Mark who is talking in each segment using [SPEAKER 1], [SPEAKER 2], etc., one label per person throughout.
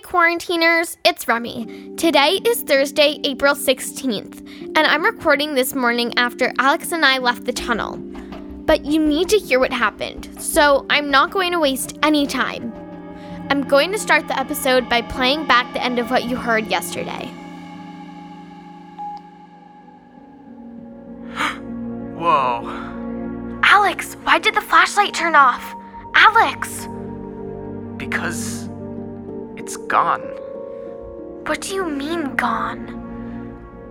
[SPEAKER 1] quarantiners, it's Remy. Today is Thursday, April 16th, and I'm recording this morning after Alex and I left the tunnel. But you need to hear what happened, so I'm not going to waste any time. I'm going to start the episode by playing back the end of what you heard yesterday.
[SPEAKER 2] Whoa.
[SPEAKER 1] Alex, why did the flashlight turn off? Alex,
[SPEAKER 2] Because it's gone.
[SPEAKER 1] what do you mean gone?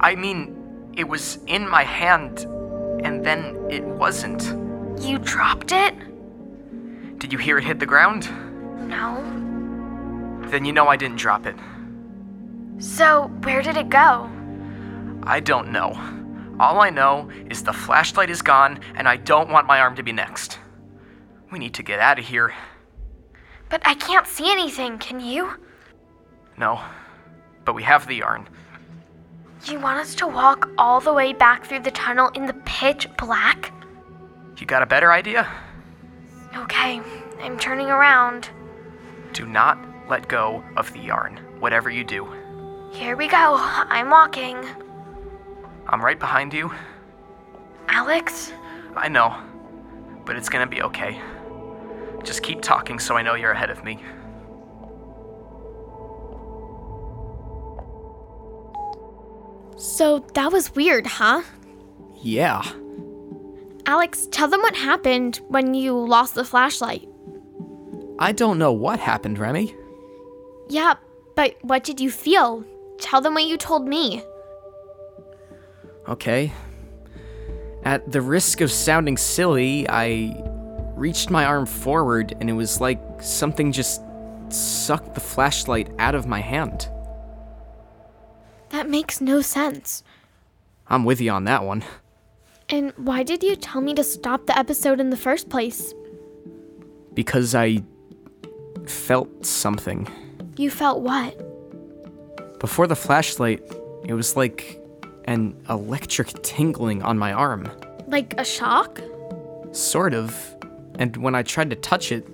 [SPEAKER 2] I mean, it was in my hand, and then it wasn't.
[SPEAKER 1] You dropped it?
[SPEAKER 2] Did you hear it hit the ground?
[SPEAKER 1] No.
[SPEAKER 2] Then you know I didn't drop it.
[SPEAKER 1] So, where did it go?
[SPEAKER 2] I don't know. All I know is the flashlight is gone, and I don't want my arm to be next. We need to get out of here.
[SPEAKER 1] But I can't see anything, can you?
[SPEAKER 2] No, but we have the yarn.
[SPEAKER 1] You want us to walk all the way back through the tunnel in the pitch black?
[SPEAKER 2] You got a better idea?
[SPEAKER 1] Okay, I'm turning around.
[SPEAKER 2] Do not let go of the yarn, whatever you do.
[SPEAKER 1] Here we go. I'm walking.
[SPEAKER 2] I'm right behind you.
[SPEAKER 1] Alex?
[SPEAKER 2] I know, but it's gonna be okay. Just keep talking so I know you're ahead of me.
[SPEAKER 1] So that was weird, huh?
[SPEAKER 2] Yeah.
[SPEAKER 1] Alex, tell them what happened when you lost the flashlight.
[SPEAKER 2] I don't know what happened, Remy.
[SPEAKER 1] Yeah, but what did you feel? Tell them what you told me.
[SPEAKER 2] Okay. At the risk of sounding silly, I reached my arm forward and it was like something just sucked the flashlight out of my hand.
[SPEAKER 1] That makes no sense.
[SPEAKER 2] I'm with you on that one.
[SPEAKER 1] And why did you tell me to stop the episode in the first place?
[SPEAKER 2] Because I felt something.
[SPEAKER 1] You felt what?
[SPEAKER 2] Before the flashlight, it was like an electric tingling on my arm.
[SPEAKER 1] Like a shock?
[SPEAKER 2] Sort of. And when I tried to touch it,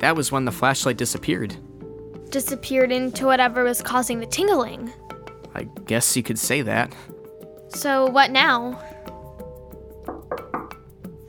[SPEAKER 2] that was when the flashlight disappeared.
[SPEAKER 1] Disappeared into whatever was causing the tingling.
[SPEAKER 2] I guess you could say that.
[SPEAKER 1] So, what now?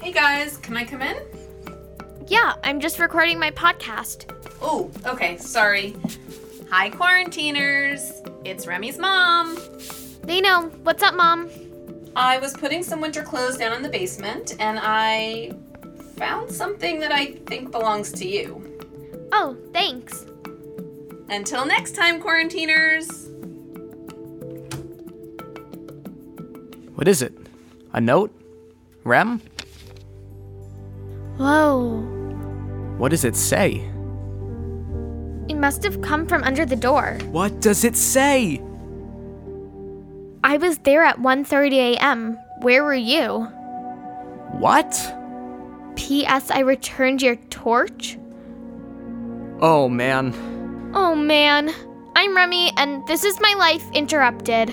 [SPEAKER 3] Hey guys, can I come in?
[SPEAKER 1] Yeah, I'm just recording my podcast.
[SPEAKER 3] Oh, okay, sorry. Hi, quarantiners. It's Remy's mom.
[SPEAKER 1] They know. What's up, Mom?
[SPEAKER 3] I was putting some winter clothes down in the basement and I found something that I think belongs to you.
[SPEAKER 1] Oh, thanks.
[SPEAKER 3] Until next time, quarantiners.
[SPEAKER 2] What is it? A note? Rem?
[SPEAKER 1] Whoa.
[SPEAKER 2] What does it say?
[SPEAKER 1] It must have come from under the door.
[SPEAKER 2] What does it say?
[SPEAKER 1] I was there at 1:30 a.m. Where were you?
[SPEAKER 2] What?
[SPEAKER 1] P.S. I returned your torch?
[SPEAKER 2] Oh man.
[SPEAKER 1] Oh man. I'm Remy and this is my life interrupted.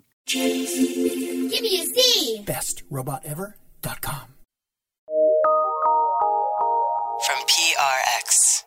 [SPEAKER 4] Give me a C.
[SPEAKER 5] bestrobotever.com.
[SPEAKER 6] from PRX.